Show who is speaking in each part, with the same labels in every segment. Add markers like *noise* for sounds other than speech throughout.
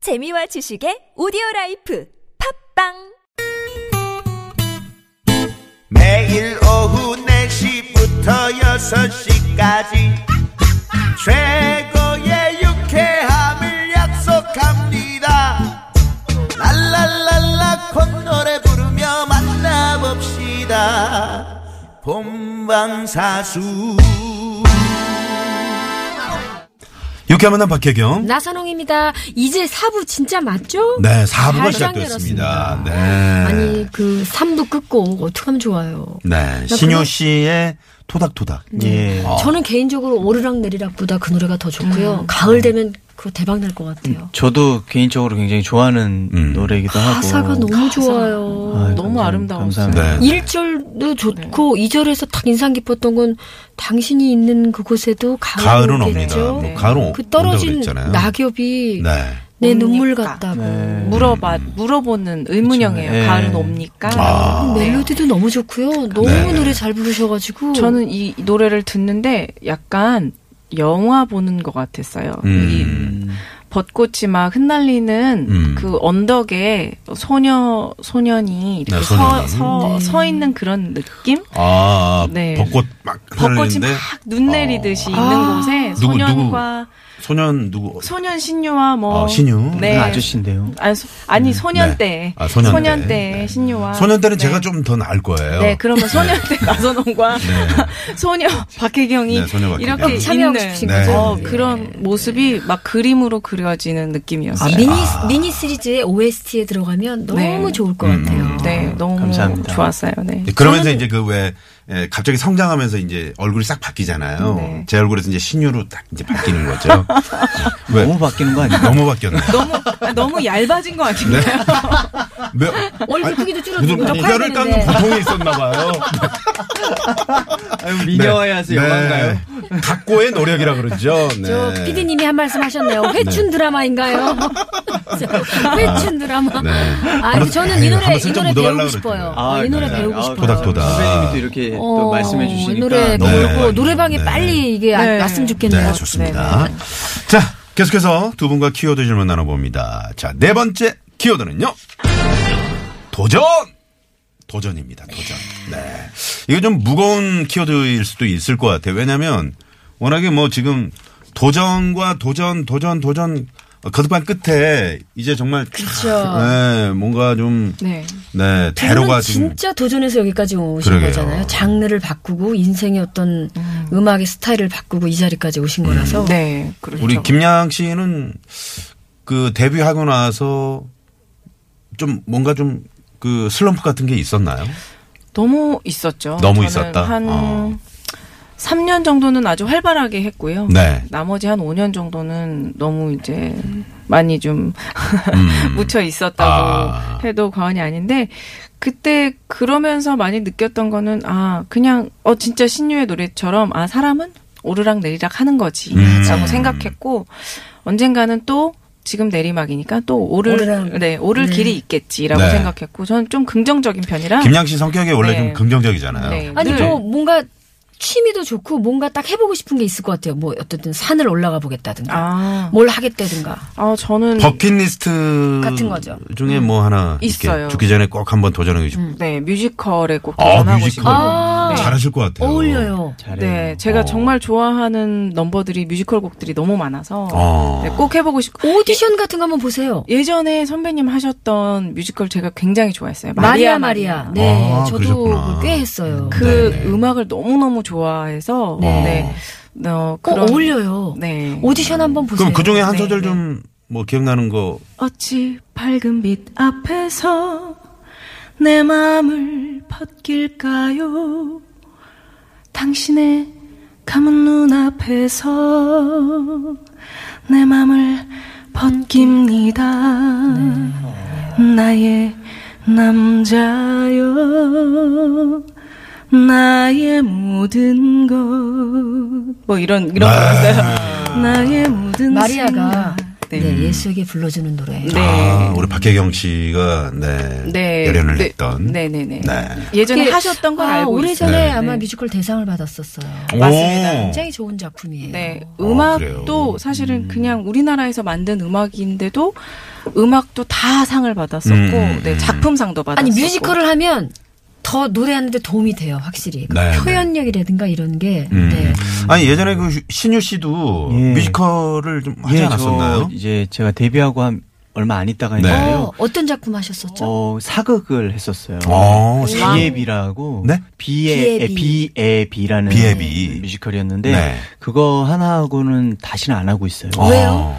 Speaker 1: 재미와 지식의 오디오 라이프 팝빵
Speaker 2: 매일 오후 4시부터 6시까지 최고의 유쾌함을 약속합니다 랄랄랄라 콧노래 부르며 만나봅시다 본방사수
Speaker 3: 유쾌만한 박혜경.
Speaker 4: 나선홍입니다. 이제 4부 진짜 맞죠?
Speaker 3: 네, 4부가
Speaker 4: 잘
Speaker 3: 시작되었습니다.
Speaker 4: 시작되었습니다.
Speaker 3: 네.
Speaker 4: 아니 그 3부 끝곡 어떡하면 좋아요.
Speaker 3: 네,
Speaker 4: 나
Speaker 3: 신효
Speaker 4: 그냥-
Speaker 3: 씨의 토닥토닥.
Speaker 4: 네.
Speaker 3: 어.
Speaker 4: 저는 개인적으로 오르락 내리락보다 그 노래가 더
Speaker 5: 음.
Speaker 4: 좋고요. 가을 되면 그거 대박 날 것 같아요.
Speaker 6: 저도 개인적으로 굉장히 좋아하는
Speaker 3: 음.
Speaker 6: 노래이기도 하고.
Speaker 4: 가사가 너무 좋아요.
Speaker 6: 아유,
Speaker 5: 너무
Speaker 6: 감사합니다.
Speaker 5: 아름다웠어요.
Speaker 6: 감사합니다.
Speaker 3: 네.
Speaker 4: 1절도
Speaker 5: 네.
Speaker 4: 좋고 2절에서 딱 인상 깊었던 건 당신이 있는 그곳에도 가을은,
Speaker 3: 가을은 옵니다.
Speaker 4: 오겠죠?
Speaker 3: 뭐 가을은 오-
Speaker 4: 그
Speaker 3: 온다고
Speaker 4: 떨어진
Speaker 3: 그랬잖아요.
Speaker 4: 낙엽이
Speaker 3: 네.
Speaker 4: 내 눈물
Speaker 5: 옵니까?
Speaker 4: 같다고.
Speaker 6: 네.
Speaker 5: 물어봐 물어보는 의문형이에요.
Speaker 6: 그쵸. 예.
Speaker 5: 가을은 옵니까?
Speaker 3: 아.
Speaker 4: 그 멜로디도 너무 좋고요. 너무
Speaker 3: 네.
Speaker 4: 노래 잘 부르셔가지고
Speaker 5: 저는 이 노래를 듣는데 약간 영화 보는 것 같았어요. 이
Speaker 3: 음.
Speaker 4: 네.
Speaker 5: 벚꽃이 막 흩날리는
Speaker 3: 음.
Speaker 5: 그 언덕에 소녀 소년이 이렇게
Speaker 3: 네,
Speaker 5: 서,
Speaker 3: 소년이.
Speaker 5: 서, 서 있는 그런 느낌?
Speaker 3: 아,
Speaker 5: 네.
Speaker 3: 벚꽃 막
Speaker 5: 벚꽃이
Speaker 3: 흩날리는데
Speaker 5: 막 눈 내리듯이
Speaker 3: 어.
Speaker 4: 아.
Speaker 5: 있는 곳에
Speaker 3: 누구,
Speaker 5: 소년과
Speaker 3: 소년 누구?
Speaker 5: 소년 신유와 뭐
Speaker 3: 어, 신유.
Speaker 5: 네.
Speaker 6: 아저씨인데요.
Speaker 5: 아니, 소- 아니 소년
Speaker 3: 네.
Speaker 5: 때
Speaker 3: 아, 소년 때. 네.
Speaker 5: 신유와
Speaker 3: 소년 때는
Speaker 5: 네.
Speaker 3: 제가 좀 더 나을 거예요.
Speaker 5: 네, 그러면 소년
Speaker 3: *laughs*
Speaker 5: 때 나선홍과 소녀 박혜경이
Speaker 3: 네, 소녀 박혜경.
Speaker 5: 이렇게
Speaker 4: 참여하고
Speaker 5: 있는
Speaker 4: 싶으신
Speaker 3: 거죠.
Speaker 5: 어,
Speaker 3: 네.
Speaker 5: 그런 모습이 막 그림으로 그려지는
Speaker 4: 아,
Speaker 5: 느낌이었어요.
Speaker 4: 미니 미니 시리즈의 OST에 들어가면 너무
Speaker 5: 네.
Speaker 4: 좋을 것
Speaker 3: 음,
Speaker 4: 같아요.
Speaker 5: 네, 너무
Speaker 6: 감사합니다.
Speaker 5: 좋았어요. 네.
Speaker 3: 네, 그러면서 이제 그 왜 갑자기 성장하면서 이제 얼굴이 싹 바뀌잖아요.
Speaker 5: 네.
Speaker 3: 제 얼굴에서 이제 신유로 딱 이제 바뀌는 거죠. 네. 왜?
Speaker 6: 너무 바뀌는 거 아니에요?
Speaker 3: *laughs* 너무 바뀌었네.
Speaker 5: 너무 아, 너무 얇아진 거 아닌가요?
Speaker 3: 왜?
Speaker 4: 얼굴 크기도
Speaker 3: 무슨
Speaker 4: 줄어들고
Speaker 3: 모자를 깎는 고통이 있었나 봐요.
Speaker 6: 아유,
Speaker 3: 네. 네. 각고의 노력이라 그러죠. 네.
Speaker 4: 저 피디님이 한 말씀 하셨네요. 회춘 *laughs* 드라마인가요? 회춘 드라마.
Speaker 3: 네.
Speaker 4: 아,
Speaker 3: 한번-
Speaker 4: 근데 저는 이
Speaker 3: 에이,
Speaker 4: 노래
Speaker 3: 한번
Speaker 4: 이
Speaker 3: 슬쩍
Speaker 4: 노래
Speaker 3: 묻어가려고
Speaker 4: 배우고
Speaker 3: 그랬지.
Speaker 4: 싶어요.
Speaker 6: 아,
Speaker 4: 이 노래
Speaker 6: 네.
Speaker 4: 배우고
Speaker 6: 아유,
Speaker 4: 싶어요.
Speaker 3: 도닥도닥.
Speaker 6: 선배님도 이렇게
Speaker 4: 어,
Speaker 6: 또 말씀해 주시니까
Speaker 4: 이 노래
Speaker 6: 너무
Speaker 3: 네.
Speaker 4: 배우고 노래방에
Speaker 3: 네.
Speaker 4: 빨리 이게
Speaker 5: 네.
Speaker 4: 왔으면 좋겠네요.
Speaker 3: 네, 좋습니다. 자, 계속해서 두 분과 키워드 질문 나눠봅니다. 자, 네 번째 키워드는요. 도전! 도전입니다, 도전. 네. 이거 좀 무거운 키워드일 수도 있을 것 같아요. 왜냐면, 워낙에 뭐 지금 도전과 도전, 도전, 도전, 거듭한 끝에 이제 정말.
Speaker 4: 그쵸.
Speaker 3: 네, 뭔가 좀.
Speaker 5: 네.
Speaker 3: 네, 대로가
Speaker 4: 대로가
Speaker 3: 지금.
Speaker 4: 진짜 도전해서 여기까지 오신
Speaker 3: 그러게요.
Speaker 4: 거잖아요. 장르를 바꾸고 인생의 어떤 음. 악의 스타일을 바꾸고 이 자리까지 오신 거라서
Speaker 5: *laughs* 네, 그렇죠.
Speaker 3: 우리 김양 씨는 그 데뷔하고 나서 좀 뭔가 좀 그 슬럼프 같은 게 있었나요?
Speaker 5: 너무 있었죠.
Speaker 3: 너무
Speaker 5: 저는
Speaker 3: 있었다?
Speaker 5: 한
Speaker 3: 어.
Speaker 5: 3년 정도는 아주 활발하게 했고요. *laughs*
Speaker 3: 네.
Speaker 5: 나머지 한 5년 정도는 너무 이제 많이 좀
Speaker 3: 음.
Speaker 5: 묻혀 있었다고
Speaker 3: 아.
Speaker 5: 해도 과언이 아닌데 그때 그러면서 많이 느꼈던 거는 아 그냥 어 진짜 신유의 노래처럼 아 사람은 오르락 내리락 하는
Speaker 3: 음.
Speaker 5: 거지라고 생각했고 언젠가는 또 지금 내리막이니까 또 오를
Speaker 4: 오르락.
Speaker 5: 네 오를
Speaker 4: 네.
Speaker 5: 길이 있겠지라고
Speaker 3: 네.
Speaker 5: 생각했고 저는 좀 긍정적인 편이라
Speaker 3: 김양 씨 성격이 원래
Speaker 5: 네.
Speaker 3: 좀 긍정적이잖아요.
Speaker 5: 네.
Speaker 4: 아니
Speaker 5: 늘.
Speaker 4: 뭐 뭔가 취미도 좋고 뭔가 딱 해보고 싶은 게 있을 것 같아요. 뭐 어쨌든 산을 올라가 보겠다든가
Speaker 5: 아,
Speaker 4: 뭘 하겠다든가.
Speaker 5: 아 저는
Speaker 3: 버킷리스트
Speaker 4: 같은 거죠.
Speaker 3: 중에 뭐 하나 이렇게
Speaker 5: 음. 있어요.
Speaker 3: 죽기 전에 꼭 한번 도전하고 싶.
Speaker 5: 네 뮤지컬에 꼭
Speaker 3: 아,
Speaker 5: 도전하고
Speaker 3: 뮤지컬.
Speaker 5: 싶고
Speaker 4: 아,
Speaker 3: 잘하실 것 같아요.
Speaker 4: 어울려요.
Speaker 6: 잘해요.
Speaker 5: 네, 제가
Speaker 3: 어.
Speaker 5: 정말 좋아하는 넘버들이 뮤지컬 곡들이 너무 많아서
Speaker 3: 어.
Speaker 5: 네, 꼭 해보고 싶고
Speaker 4: 오디션 같은 거 한번 보세요.
Speaker 5: 예전에 선배님 하셨던 뮤지컬 제가 굉장히 좋아했어요.
Speaker 4: 마리아 마리아. 네,
Speaker 3: 아,
Speaker 4: 저도
Speaker 3: 그러셨구나.
Speaker 4: 꽤 했어요.
Speaker 5: 그
Speaker 3: 네네.
Speaker 5: 음악을 너무 너무 좋아해서
Speaker 3: 네.
Speaker 5: 네, 어,
Speaker 4: 꼭
Speaker 5: 그런
Speaker 4: 어울려요.
Speaker 5: 네.
Speaker 4: 오디션 한번 보세요.
Speaker 3: 그럼 그 중에 한
Speaker 5: 네,
Speaker 3: 소절
Speaker 5: 네.
Speaker 3: 좀 뭐 기억나는 거
Speaker 5: 어찌 밝은 빛 앞에서 내 마음을 벗길까요? 당신의 감은 눈앞에서 내 마음을 벗깁니다. 나의 남자요. 나의 모든 것. 뭐 이런, 이런 거 있어요. 나의 모든
Speaker 4: 마리아가
Speaker 5: 생각. 네.
Speaker 4: 네, 예수에게 불러주는 노래.
Speaker 5: 네.
Speaker 3: 아, 우리 박혜경 씨가 네,
Speaker 5: 네.
Speaker 3: 열연을
Speaker 5: 네.
Speaker 3: 했던.
Speaker 5: 네네네.
Speaker 3: 네.
Speaker 5: 예전에
Speaker 4: 그게-
Speaker 5: 하셨던 걸
Speaker 4: 아,
Speaker 5: 알고
Speaker 4: 오래전에
Speaker 3: 있어요.
Speaker 4: 아마
Speaker 5: 네.
Speaker 4: 뮤지컬 대상을 받았었어요.
Speaker 3: 오.
Speaker 5: 맞습니다.
Speaker 4: 굉장히 좋은 작품이에요.
Speaker 5: 네,
Speaker 3: 어,
Speaker 5: 음악도
Speaker 3: 그래요.
Speaker 5: 사실은 그냥 우리나라에서 만든 음악인데도 음악도 다 상을 받았었고,
Speaker 3: 음, 음, 음.
Speaker 5: 네, 작품상도 받았었고.
Speaker 4: 아니 뮤지컬을 하면 더 노래하는데 도움이 돼요, 확실히. 그
Speaker 3: 네, 네.
Speaker 4: 표현력이라든가 이런 게.
Speaker 3: 음.
Speaker 4: 네.
Speaker 3: 아니 예전에 그 신유 씨도
Speaker 6: 예.
Speaker 3: 뮤지컬을 좀 하지
Speaker 6: 예,
Speaker 3: 않았었나요?
Speaker 6: 저 이제 제가 데뷔하고 한 얼마 안 있다가
Speaker 3: 네.
Speaker 6: 했는데요.
Speaker 4: 어, 어떤 작품 하셨었죠?
Speaker 6: 어, 사극을 했었어요. 아,
Speaker 3: 어, 사극.
Speaker 6: 비에비라고
Speaker 3: 네?
Speaker 6: 비에
Speaker 4: 비에비.
Speaker 6: 비에비라는
Speaker 3: 비에비.
Speaker 6: 뮤지컬이었는데
Speaker 3: 네.
Speaker 6: 그거 하나하고는 다시는 안 하고 있어요.
Speaker 3: 아,
Speaker 4: 왜요?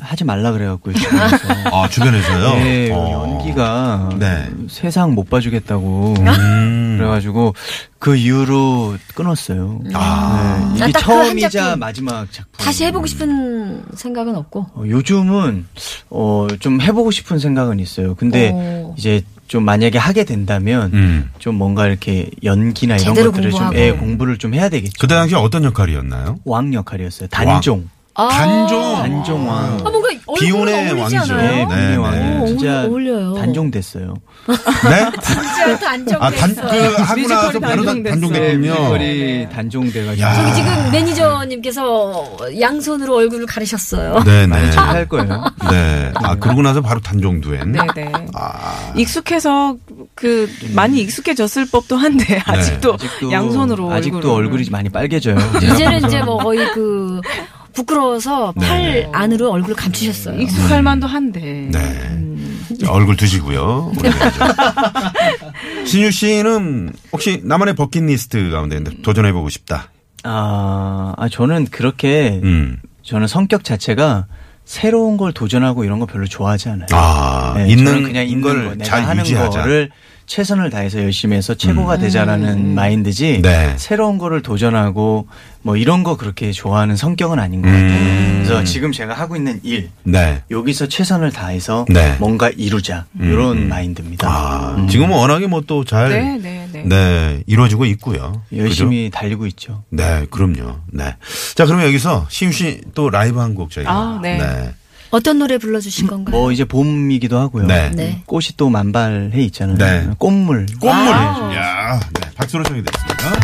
Speaker 6: 하지 말라 그래갖고 주변에서.
Speaker 3: 아 주변에서요.
Speaker 6: *laughs* 네,
Speaker 3: *laughs* 어.
Speaker 6: 연기가
Speaker 3: 네.
Speaker 6: 세상 못 봐주겠다고
Speaker 3: 음.
Speaker 6: 그래가지고 그 이후로 끊었어요.
Speaker 3: 아.
Speaker 6: 네,
Speaker 4: 아,
Speaker 6: 이게
Speaker 4: 딱그한
Speaker 6: 처음이자
Speaker 4: 작품.
Speaker 6: 마지막 작품.
Speaker 4: 다시 해보고 싶은 생각은 없고.
Speaker 6: 어, 요즘은 어, 좀 해보고 싶은 생각은 있어요. 근데
Speaker 4: 오.
Speaker 6: 이제 좀 만약에 하게 된다면
Speaker 3: 음.
Speaker 6: 좀 뭔가 이렇게 연기나 이런
Speaker 4: 제대로
Speaker 6: 것들을 좀
Speaker 4: 공부하고.
Speaker 6: 예, 공부를 좀 해야 되겠죠.
Speaker 3: 그때 당시 어떤 역할이었나요?
Speaker 6: 왕 역할이었어요. 단종.
Speaker 4: 아.
Speaker 3: 단종.
Speaker 6: 단종 왕.
Speaker 4: 아, 뭔가 얼굴
Speaker 3: 비혼의
Speaker 4: 어울리지
Speaker 6: 예,
Speaker 3: 왕이죠.
Speaker 4: 않아요?
Speaker 3: 네,
Speaker 6: 국내
Speaker 3: 네.
Speaker 6: 왕이에요.
Speaker 4: 오,
Speaker 6: 진짜
Speaker 4: 어울려요.
Speaker 6: 단종 됐어요.
Speaker 3: 네?
Speaker 4: 진짜 단종.
Speaker 3: 아, 단, 그, 하고 나서
Speaker 5: 뮤지컬이
Speaker 3: 바로 단-
Speaker 5: 단종됐어요.
Speaker 3: 단종됐군요.
Speaker 6: 뮤지컬이 네, 단종돼가지고.
Speaker 3: 네. 야.
Speaker 4: 저기 지금 매니저님께서 양손으로 얼굴을 가리셨어요.
Speaker 3: 네네.
Speaker 4: 아.
Speaker 6: 할 거예요.
Speaker 3: 네. 아, 그러고 나서 바로 단종된.
Speaker 5: 네네.
Speaker 3: 아.
Speaker 5: 익숙해서 그 많이 익숙해졌을 법도
Speaker 3: 네.
Speaker 5: 한데 아직도,
Speaker 6: 아직도
Speaker 5: 양손으로
Speaker 6: 아직도
Speaker 5: 얼굴을.
Speaker 6: 얼굴이 많이 빨개져요.
Speaker 3: 네.
Speaker 6: 네.
Speaker 4: 이제는 이제 뭐 거의 그 부끄러워서 팔 안으로 얼굴을 감추셨어요.
Speaker 5: 익숙할 만도 한데.
Speaker 3: 음. 네.
Speaker 5: 음.
Speaker 3: 얼굴 두시고요.
Speaker 5: *laughs*
Speaker 3: 우리 이제. 신유 씨는 혹시 나만의 버킷리스트 가운데 도전해보고 싶다.
Speaker 6: 아, 아, 저는 그렇게
Speaker 3: 음.
Speaker 6: 저는 성격 자체가 새로운 걸 도전하고 이런 거 별로 좋아하지 않아요.
Speaker 3: 아,
Speaker 6: 네,
Speaker 3: 있는
Speaker 6: 저는 그냥 있는 거,
Speaker 3: 걸
Speaker 6: 내가
Speaker 3: 잘
Speaker 6: 하는
Speaker 3: 유지하자. 음.
Speaker 6: 거를 최선을 다해서 열심히 해서 최고가
Speaker 4: 음.
Speaker 6: 되자라는 마인드지
Speaker 3: 네.
Speaker 6: 새로운 거를 도전하고 뭐 이런 거 그렇게 좋아하는 성격은 아닌
Speaker 3: 음.
Speaker 6: 것 같아요. 그래서 지금 제가 하고 있는 일
Speaker 3: 네.
Speaker 6: 여기서 최선을 다해서
Speaker 3: 네. 음,
Speaker 6: 뭔가 이루자 이런 마인드입니다.
Speaker 3: 아,
Speaker 6: 음.
Speaker 3: 지금은 워낙에 뭐 또 잘.
Speaker 5: 네, 네, 네.
Speaker 3: 네, 이루어지고 있고요. 그죠?
Speaker 6: 열심히 달리고 있죠.
Speaker 3: 네, 그럼요. 네. 자, 그러면 여기서 신유 씨 또 라이브 한 곡 저희가.
Speaker 5: 아, 네.
Speaker 3: 네.
Speaker 4: 어떤 노래 불러주신 건가요?
Speaker 6: 뭐 이제 봄이기도 하고요.
Speaker 3: 네.
Speaker 4: 네.
Speaker 6: 꽃이 또 만발해 있잖아요.
Speaker 3: 네.
Speaker 6: 꽃물.
Speaker 3: 꽃물. 야, 네, 박수로 청이 됐습니다.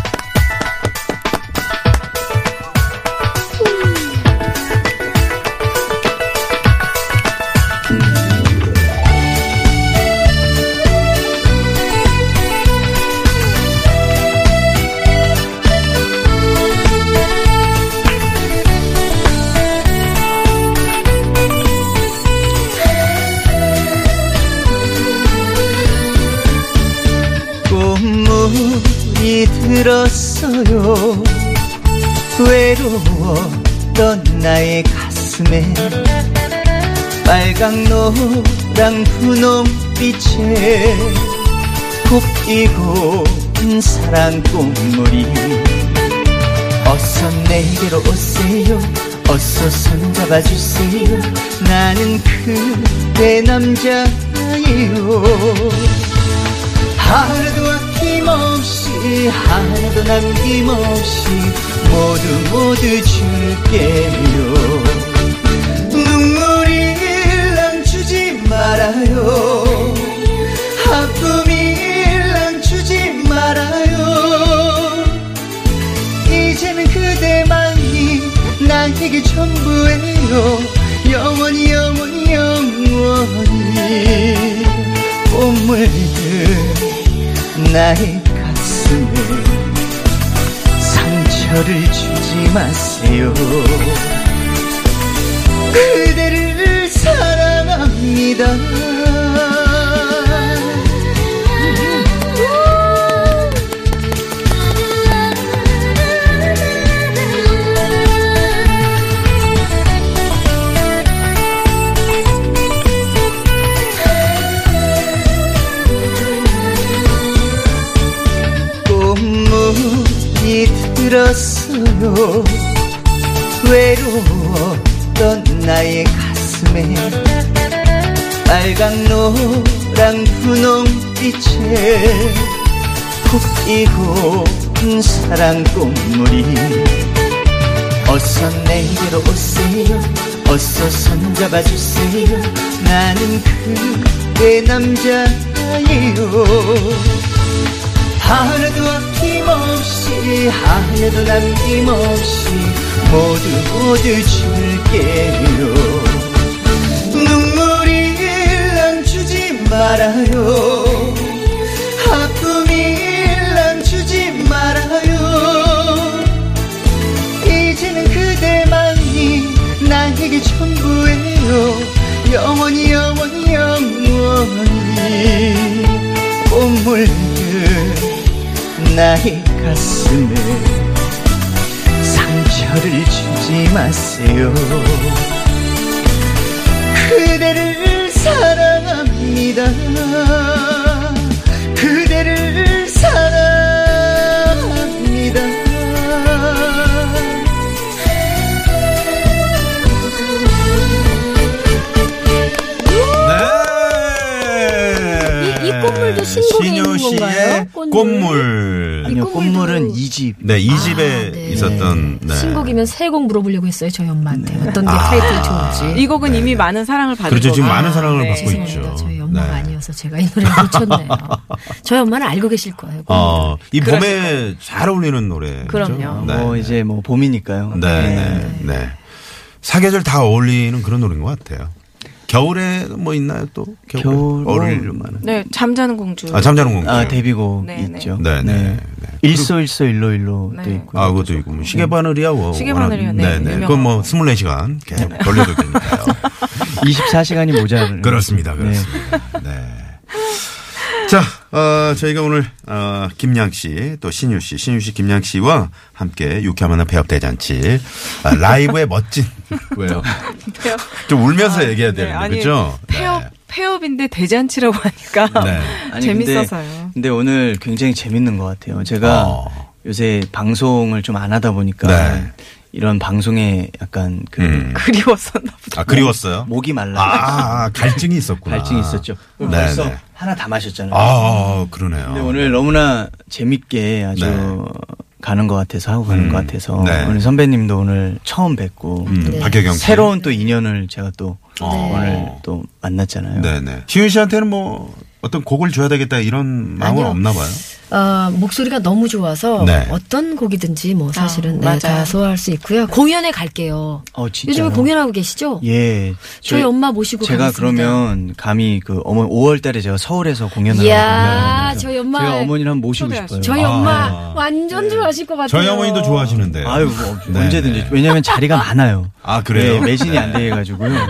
Speaker 6: 꽃물이 들었어요 외로웠던 나의 가슴에 빨강 노랑 분홍빛에 푹 익은 사랑 꽃물이 어서 내게로 오세요 어서 손잡아주세요 나는 그대 남자예요 하루도 아낌없이 하나도 남김없이 모두 모두 줄게요 눈물이 일랑 주지 말아요 아픔이 일랑 주지 말아요 이제는 그대만이 나에게 전부예요 영원히 영원히 영원히 꽃물들 나의 가슴에 상처를 주지 마세요 그대를 사랑합니다 꽃물이 들었어요 외로웠던 나의 가슴에 빨강 노랑 분홍빛에 푹 익은 사랑 꽃물이 어서 내게로 오세요
Speaker 7: 어서 손잡아 주세요 나는 그대 남자예요 하나도 아낌없이 하나도 남김없이 모두 모두 줄게요 눈물이 일렁주지 말아요 아픔이 일렁주지 말아요 이제는 그대만이 나에게 전부예요 영원히 영원히 영원히 꽃물든 나의 가슴에 상처를 주지 마세요 그대를 사랑합니다. 그대를 사랑합니다.
Speaker 3: 네. 네.
Speaker 4: 이- 이 꽃물도 신곡에
Speaker 3: 신효
Speaker 4: 있는
Speaker 3: 씨의
Speaker 4: 건가요? 꽃물?
Speaker 3: 꽃물.
Speaker 6: 아니요,
Speaker 4: 꽃물도-
Speaker 6: 꽃물은 이집
Speaker 3: 네, 이 집에
Speaker 4: 네.
Speaker 3: 있었던 네. 아,
Speaker 4: 신곡이면 새 곡 물어보려고 했어요 저희 엄마한테 어떤 게 타이틀이 좋을지
Speaker 5: 이 곡은 이미 많은 사랑을 받은
Speaker 3: 네, 그렇죠. 지금
Speaker 5: 거고.
Speaker 3: 많은 사랑을
Speaker 5: 네.
Speaker 3: 받고 뭐 있죠.
Speaker 4: 죄송합니다 저희 엄마가
Speaker 3: 네.
Speaker 4: 아니어서 제가 이 노래를
Speaker 3: *laughs*
Speaker 4: 놓쳤네요 저희 엄마는 알고 계실 거예요 그,
Speaker 3: 어, 이 봄에 잘 어울리는 노래.
Speaker 5: 음. 그럼요.
Speaker 3: 네.
Speaker 6: 뭐 이제 뭐 봄이니까요.
Speaker 3: 네, 네, 네. 사계절 다 어울리는 그런 노래인 것 같아요. 겨울에 뭐 있나요 또?
Speaker 6: 겨울은-
Speaker 3: 어울릴 만한.
Speaker 5: 네, 잠자는 공주.
Speaker 3: 아, 잠자는 공주.
Speaker 6: 아 데뷔곡
Speaker 5: 네, 네.
Speaker 6: 있죠.
Speaker 3: 네, 네, 네.
Speaker 6: 일소 일소 일로 일로도
Speaker 5: 네.
Speaker 6: 있고.
Speaker 3: 아, 그것도 있고. 뭐 시계 바늘이야, 뭐.
Speaker 5: 시계 바늘이요, 네,
Speaker 3: 네.
Speaker 5: 유명한 네.
Speaker 3: 그건 뭐 24시간 계속 돌려도 되니까요.
Speaker 5: *laughs*
Speaker 6: 24시간이 모자라요.
Speaker 3: *laughs* 음. 그렇습니다. 그렇습니다. 네. 자, 어, 저희가 오늘, 어, 김양 씨, 또 신유 씨, 신유 씨, 김양 씨와 함께 유쾌한 만남 배합 대잔치, 아, 라이브의
Speaker 6: *laughs*
Speaker 3: 멋진, 왜요?
Speaker 5: 페어-
Speaker 3: 좀 울면서 얘기해야
Speaker 5: 네,
Speaker 3: 되는데,
Speaker 5: 아니,
Speaker 3: 그죠?
Speaker 5: 폐업, 폐업인데 대잔치라고 하니까
Speaker 3: 네.
Speaker 6: 아니, 근데,
Speaker 5: 재밌어서요.
Speaker 6: 근데 오늘 굉장히 재밌는 것 같아요. 제가
Speaker 3: 어.
Speaker 6: 요새 방송을 좀 안 하다 보니까
Speaker 3: 네.
Speaker 6: 이런 방송에 약간 그
Speaker 3: 음.
Speaker 5: 그리웠었나 보다.
Speaker 3: 아, 그리웠어요?
Speaker 6: 목이 말라.
Speaker 3: 아, 아, 갈증이 있었구나.
Speaker 6: 갈증이 있었죠.
Speaker 3: 네,
Speaker 6: 벌써
Speaker 3: 네.
Speaker 6: 하나 다 마셨잖아요.
Speaker 3: 아, 아, 그러네요.
Speaker 6: 근데 오늘 너무나 재밌게 아주
Speaker 3: 네.
Speaker 6: 가는 것 같아서 하고 가는
Speaker 3: 음.
Speaker 6: 것 같아서
Speaker 3: 네.
Speaker 6: 오늘 선배님도 오늘 처음 뵙고
Speaker 3: 음,
Speaker 6: 또
Speaker 3: 박혜경 씨.
Speaker 6: 새로운 또 인연을 제가 또
Speaker 3: 어.
Speaker 6: 오늘 또 만났잖아요.
Speaker 3: 네네. 시윤 씨한테는 뭐 어떤 곡을 줘야 되겠다 이런 마음은
Speaker 4: 아니요.
Speaker 3: 없나 봐요.
Speaker 4: 어, 목소리가 너무 좋아서
Speaker 3: 네.
Speaker 4: 어떤 곡이든지 뭐 사실은 네,
Speaker 5: 맞아요.
Speaker 4: 다 소화할 수 있고요 공연에 갈게요
Speaker 6: 어, 진짜요?
Speaker 4: 요즘에 공연하고 계시죠?
Speaker 6: 예.
Speaker 4: 저희 엄마 모시고
Speaker 6: 제가
Speaker 4: 가겠습니다.
Speaker 6: 그러면 감히 그 어머 5월 달에 제가 서울에서 공연을
Speaker 4: 이야,
Speaker 6: 하거든요.
Speaker 4: 저희 엄마-
Speaker 6: 제가 네. 어머니를 네. 한번 모시고
Speaker 5: 초대하시-
Speaker 6: 싶어요.
Speaker 4: 저희
Speaker 3: 아.
Speaker 4: 엄마 완전 좋아하실 것 같아요
Speaker 3: 저희 어머니도 좋아하시는데.
Speaker 6: 아유, 뭐,
Speaker 3: 네,
Speaker 6: 언제든지.
Speaker 3: 네.
Speaker 6: 왜냐면 자리가 많아요.
Speaker 3: 아, 그래요?
Speaker 6: 네, 매진이
Speaker 3: 네.
Speaker 6: 안 돼 가지고요.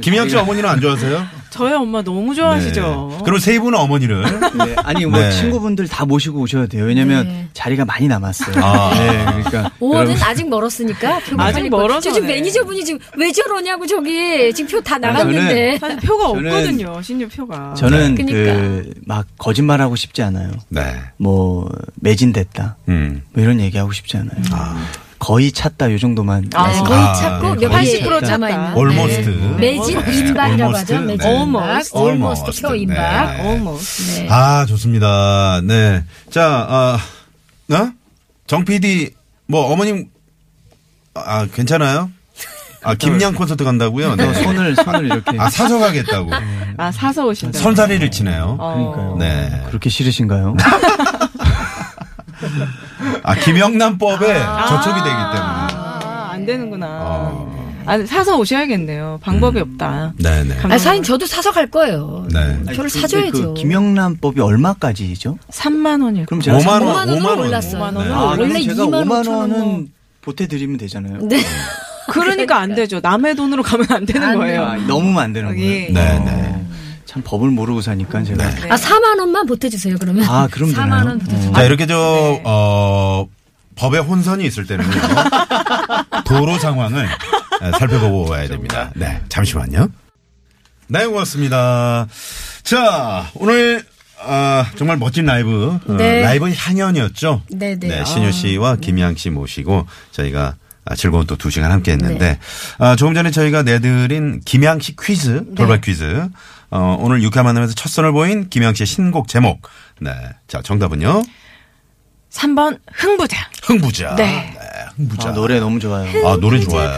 Speaker 3: 김양 씨 어머니는 안 좋아하세요? 네.
Speaker 5: 저희 엄마 너무 좋아하시죠.
Speaker 3: 그럼 세 분은 어머니를.
Speaker 6: 네, 아니 뭐
Speaker 3: 네.
Speaker 6: 친구분들 다 모시고 오셔야 돼요. 왜냐면
Speaker 4: 네.
Speaker 6: 자리가 많이 남았어요.
Speaker 3: 아.
Speaker 6: 네, 그러니까
Speaker 4: 5월은 아직 멀었으니까 표
Speaker 5: 아직 멀어서
Speaker 4: 지금
Speaker 5: 그래.
Speaker 4: 매니저분이 지금 왜 저러냐고 저기 지금 표 다
Speaker 6: 저는-
Speaker 4: 나갔는데
Speaker 5: 사실 표가
Speaker 6: 저는-
Speaker 5: 없거든요. 신유 표가.
Speaker 6: 저는 그
Speaker 4: 그러니까.
Speaker 6: 막 거짓말하고 싶지 않아요.
Speaker 3: 네.
Speaker 6: 뭐 매진됐다.
Speaker 3: 음.
Speaker 6: 뭐 이런 얘기하고 싶지 않아요. 거의 찼다 요 정도만
Speaker 5: 아,
Speaker 6: 말씀-
Speaker 4: 거의
Speaker 3: 아,
Speaker 4: 찾고
Speaker 6: 네,
Speaker 4: 몇
Speaker 6: 거의
Speaker 4: 80%
Speaker 5: 찼다.
Speaker 4: 남아있는
Speaker 3: Almost.
Speaker 4: 매진
Speaker 3: 네,
Speaker 4: 임박이라고 하죠
Speaker 3: almost.
Speaker 4: 매진
Speaker 3: 네.
Speaker 4: 임박
Speaker 3: Almost.
Speaker 4: almost 표 임박
Speaker 3: 네.
Speaker 4: almost 네.
Speaker 3: 아, 좋습니다. 네. 자, 아, 어? 정 PD, 뭐, 어머님, 아, 괜찮아요? 아, 김양 콘서트
Speaker 6: 또
Speaker 3: 간다고요? 네.
Speaker 6: 손을 손을 이렇게
Speaker 3: 아, 사서 가겠다고.
Speaker 4: 네.
Speaker 5: 아, 사서 오신다.
Speaker 3: 선사리를 치네요.
Speaker 4: 어.
Speaker 6: 그러니까요.
Speaker 3: 네.
Speaker 4: *laughs*
Speaker 6: 그렇게 싫으신가요?
Speaker 3: 아, 김영란법에
Speaker 4: 아.
Speaker 3: 저촉이 되기 때문에.
Speaker 5: 아, 안
Speaker 4: 네.
Speaker 5: 되는구나.
Speaker 3: 어.
Speaker 5: 아, 사서 오셔야겠네요. 방법이 없다.
Speaker 3: 네네.
Speaker 4: 아 사인 저도 사서 갈 거예요
Speaker 3: 네.
Speaker 4: 표를
Speaker 6: 근데
Speaker 4: 사줘야죠
Speaker 6: 그 김영란법이 얼마까지죠?
Speaker 5: 3만 원일
Speaker 6: 그럼 제가
Speaker 3: 5만 원,
Speaker 4: 5만 원은
Speaker 3: 5만 원.
Speaker 4: 올랐어요.
Speaker 3: 네.
Speaker 5: 오만 원은
Speaker 6: 아, 그럼
Speaker 4: 원래
Speaker 6: 제가
Speaker 4: 2만
Speaker 6: 5만
Speaker 4: 5천
Speaker 6: 원은
Speaker 4: 원은
Speaker 6: 보태드리면 되잖아요.
Speaker 4: 네.
Speaker 5: 그러니까 안 되죠. 남의 돈으로 가면 안 되는
Speaker 4: 안
Speaker 5: 거예요.
Speaker 6: 아, 너무 안 되는
Speaker 5: 예.
Speaker 6: 거예요.
Speaker 3: 네,
Speaker 6: 어,
Speaker 3: 네.
Speaker 6: 참 법을 모르고 사니까 제가.
Speaker 3: 네.
Speaker 4: 아 4만 원만 보태주세요 그러면
Speaker 6: 아, 그럼
Speaker 4: 4만 원
Speaker 6: 되나요?
Speaker 4: 보태주세요
Speaker 3: 자, 이렇게 저,
Speaker 4: 아, 네.
Speaker 3: 어, 법의 혼선이
Speaker 4: *laughs*
Speaker 3: 있을 때는요. 도로 상황을 네, 살펴보고 와야 됩니다. 네, 잠시만요. 네, 고맙습니다. 자, 오늘, 아, 정말 멋진 라이브. 어,
Speaker 4: 네.
Speaker 3: 라이브 향연이었죠?
Speaker 4: 네, 네.
Speaker 3: 신유 씨와 김양 씨 모시고 저희가 아, 즐거운 또 두 시간 함께 했는데,
Speaker 4: 네.
Speaker 3: 아, 조금 전에 저희가 내드린 김양 씨 퀴즈,
Speaker 4: 네.
Speaker 3: 돌발 퀴즈. 어, 오늘 유쾌한 만남에서 첫 선을 보인 김양 씨의 신곡 제목. 네. 자, 정답은요?
Speaker 5: 3번 흥부자.
Speaker 3: 흥부자.
Speaker 5: 네.
Speaker 3: 무자.
Speaker 6: 아, 노래 너무 좋아요.
Speaker 3: 아, 노래 좋아요.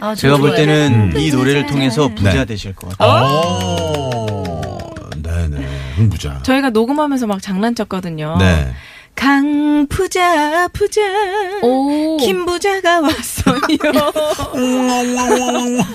Speaker 4: 아,
Speaker 6: 제가 볼
Speaker 4: 좋아요.
Speaker 6: 때는 이 노래를 통해서 부자
Speaker 3: 네.
Speaker 6: 되실
Speaker 5: 어,
Speaker 6: 것 같아요.
Speaker 3: 어. 네네. 흥부자.
Speaker 5: 저희가 어. 녹음하면서 막 장난쳤거든요.
Speaker 3: 네.
Speaker 5: 강부자 부자
Speaker 4: 오.
Speaker 5: 김부자가 왔어요.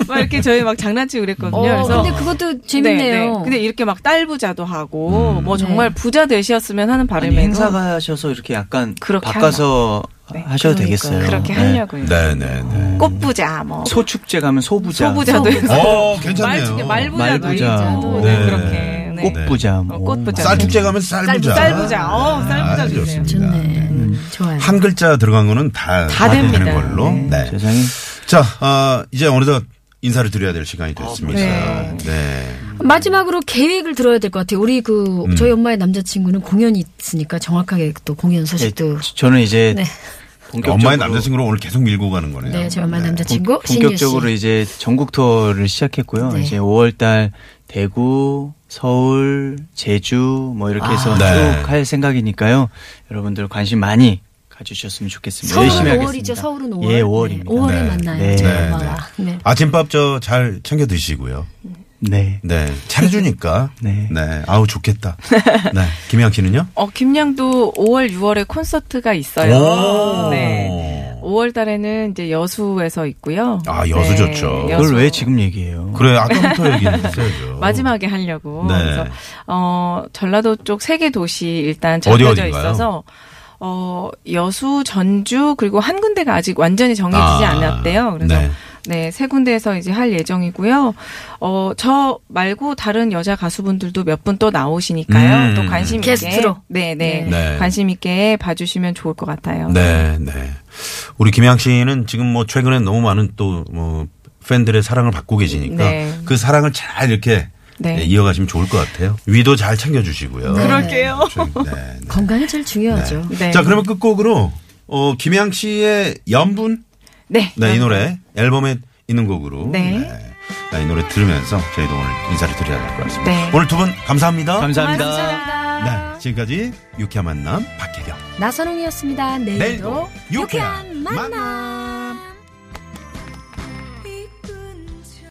Speaker 5: 막 이렇게 저희 막 장난치고 그랬거든요.
Speaker 4: 어,
Speaker 5: 네, 그래서
Speaker 4: 근데 그것도 재밌네요.
Speaker 5: 네, 네. 근데 이렇게 막 딸 부자도 하고
Speaker 3: 음.
Speaker 5: 뭐 정말
Speaker 4: 네.
Speaker 5: 부자 되셨으면 하는
Speaker 6: 아니,
Speaker 5: 바람에
Speaker 6: 행사 가셔서 이렇게 약간
Speaker 5: 그렇게
Speaker 6: 바꿔서
Speaker 5: 하려고. 네,
Speaker 6: 하셔도
Speaker 4: 그러니까요.
Speaker 6: 되겠어요.
Speaker 5: 그렇게
Speaker 6: 네.
Speaker 5: 하려고요.
Speaker 3: 네네네.
Speaker 5: 꽃부자 뭐
Speaker 6: 소축제 가면 소부자.
Speaker 5: 소부자도 해서
Speaker 3: 어,
Speaker 5: 말
Speaker 3: 괜찮네요.
Speaker 5: 중에 말부자도
Speaker 6: 말부자.
Speaker 5: 있고
Speaker 3: 네.
Speaker 5: 네, 그렇게 네.
Speaker 6: 꽃부자. 뭐.
Speaker 5: 어, 꽃부자
Speaker 3: 쌀축제 가면 쌀부자.
Speaker 5: 쌀부자. 어, 쌀부자
Speaker 3: 아,
Speaker 5: 좋네요.
Speaker 3: 좋습니다.
Speaker 4: 좋네. 음, 좋아요.
Speaker 3: 한 글자 들어간 거는 다,
Speaker 5: 다 됩니다.
Speaker 3: 되는 걸로. 네.
Speaker 6: 세상에.
Speaker 3: 자, 아, 이제 어느덧 인사를 드려야 될 시간이 됐습니다.
Speaker 5: 네.
Speaker 3: 네.
Speaker 4: 마지막으로 계획을 들어야 될 것 같아요. 우리 그
Speaker 3: 음.
Speaker 4: 저희 엄마의 남자친구는 공연이 있으니까 정확하게 또 공연 소식도
Speaker 6: 예, 저는 이제
Speaker 4: 네.
Speaker 6: 본격적으로
Speaker 3: 엄마의 남자친구로 오늘 계속 밀고 가는 거네요.
Speaker 4: 네, 저희 엄마의
Speaker 6: 본-
Speaker 4: 남자친구 신유 씨.
Speaker 6: 본격적으로 이제 전국 투어를 시작했고요.
Speaker 4: 네.
Speaker 6: 이제 5월달 대구, 서울, 제주 뭐 이렇게 해서
Speaker 3: 아.
Speaker 6: 쭉
Speaker 3: 네.
Speaker 6: 할 생각이니까요. 여러분들 관심 많이 가주셨으면 좋겠습니다.
Speaker 4: 서울은
Speaker 6: 열심히
Speaker 4: 5월이죠.
Speaker 6: 하겠습니다.
Speaker 4: 서울은 5월.
Speaker 6: 예, 5월입니다.
Speaker 4: 네, 5월에
Speaker 3: 네.
Speaker 4: 만나요.
Speaker 6: 네.
Speaker 4: 저희
Speaker 3: 네,
Speaker 4: 엄마와.
Speaker 3: 네.
Speaker 4: 네.
Speaker 3: 아침밥 저 잘 챙겨 드시고요.
Speaker 6: 네.
Speaker 3: 네. 잘해주니까. 네.
Speaker 6: 네.
Speaker 3: 아우, 좋겠다. 네. 김양 씨는요?
Speaker 5: 어, 김양도 5월 6월에 콘서트가 있어요. 네. 5월 달에는 이제 여수에서 있고요. 네.
Speaker 3: 아, 여수 좋죠.
Speaker 6: 네. 그걸 왜 지금 얘기해요?
Speaker 3: 그래, 아까부터 얘기했어야죠.
Speaker 5: *laughs* 마지막에 하려고.
Speaker 3: 네.
Speaker 5: 그래서 어, 전라도 쪽 세 개 도시 일단
Speaker 3: 어디
Speaker 5: 잡혀져
Speaker 3: 어딘가요?
Speaker 5: 있어서 어, 여수, 전주 그리고 한 군데가 아직 완전히 정해지지
Speaker 3: 아,
Speaker 5: 않았대요. 그래서
Speaker 3: 네.
Speaker 5: 네, 세 군데에서 이제 할 예정이고요. 어, 저 말고 다른 여자 가수분들도 몇 분 또 나오시니까요.
Speaker 3: 음.
Speaker 5: 또 관심 있게
Speaker 4: 게스트로.
Speaker 5: 네, 네,
Speaker 3: 네.
Speaker 5: 관심 있게 봐 주시면 좋을 것 같아요.
Speaker 3: 네, 네. 우리 김양 씨는 지금 뭐 최근에 너무 많은 또 뭐 팬들의 사랑을 받고 계시니까
Speaker 5: 네.
Speaker 3: 그 사랑을 잘 이렇게
Speaker 5: 네.
Speaker 3: 네, 이어가시면 좋을 것 같아요. 위도 잘 챙겨주시고요.
Speaker 5: 그럴게요.
Speaker 3: 저희- 네, 네.
Speaker 4: 건강이 제일 중요하죠.
Speaker 5: 네.
Speaker 3: 자, 그러면 끝곡으로 어, 김양 씨의 연분
Speaker 5: 네.
Speaker 3: 네, 이 노래 앨범에 있는 곡으로
Speaker 5: 네.
Speaker 3: 네, 이 노래 들으면서 저희도 오늘 인사를 드려야 될 것 같습니다.
Speaker 5: 네.
Speaker 3: 오늘 두 분 감사합니다.
Speaker 6: 감사합니다.
Speaker 3: 네, 지금까지 유쾌한 만남 박혜경.
Speaker 4: 나선홍이었습니다. 내일도
Speaker 3: 내일도 유쾌한
Speaker 4: 유쾌한 만남.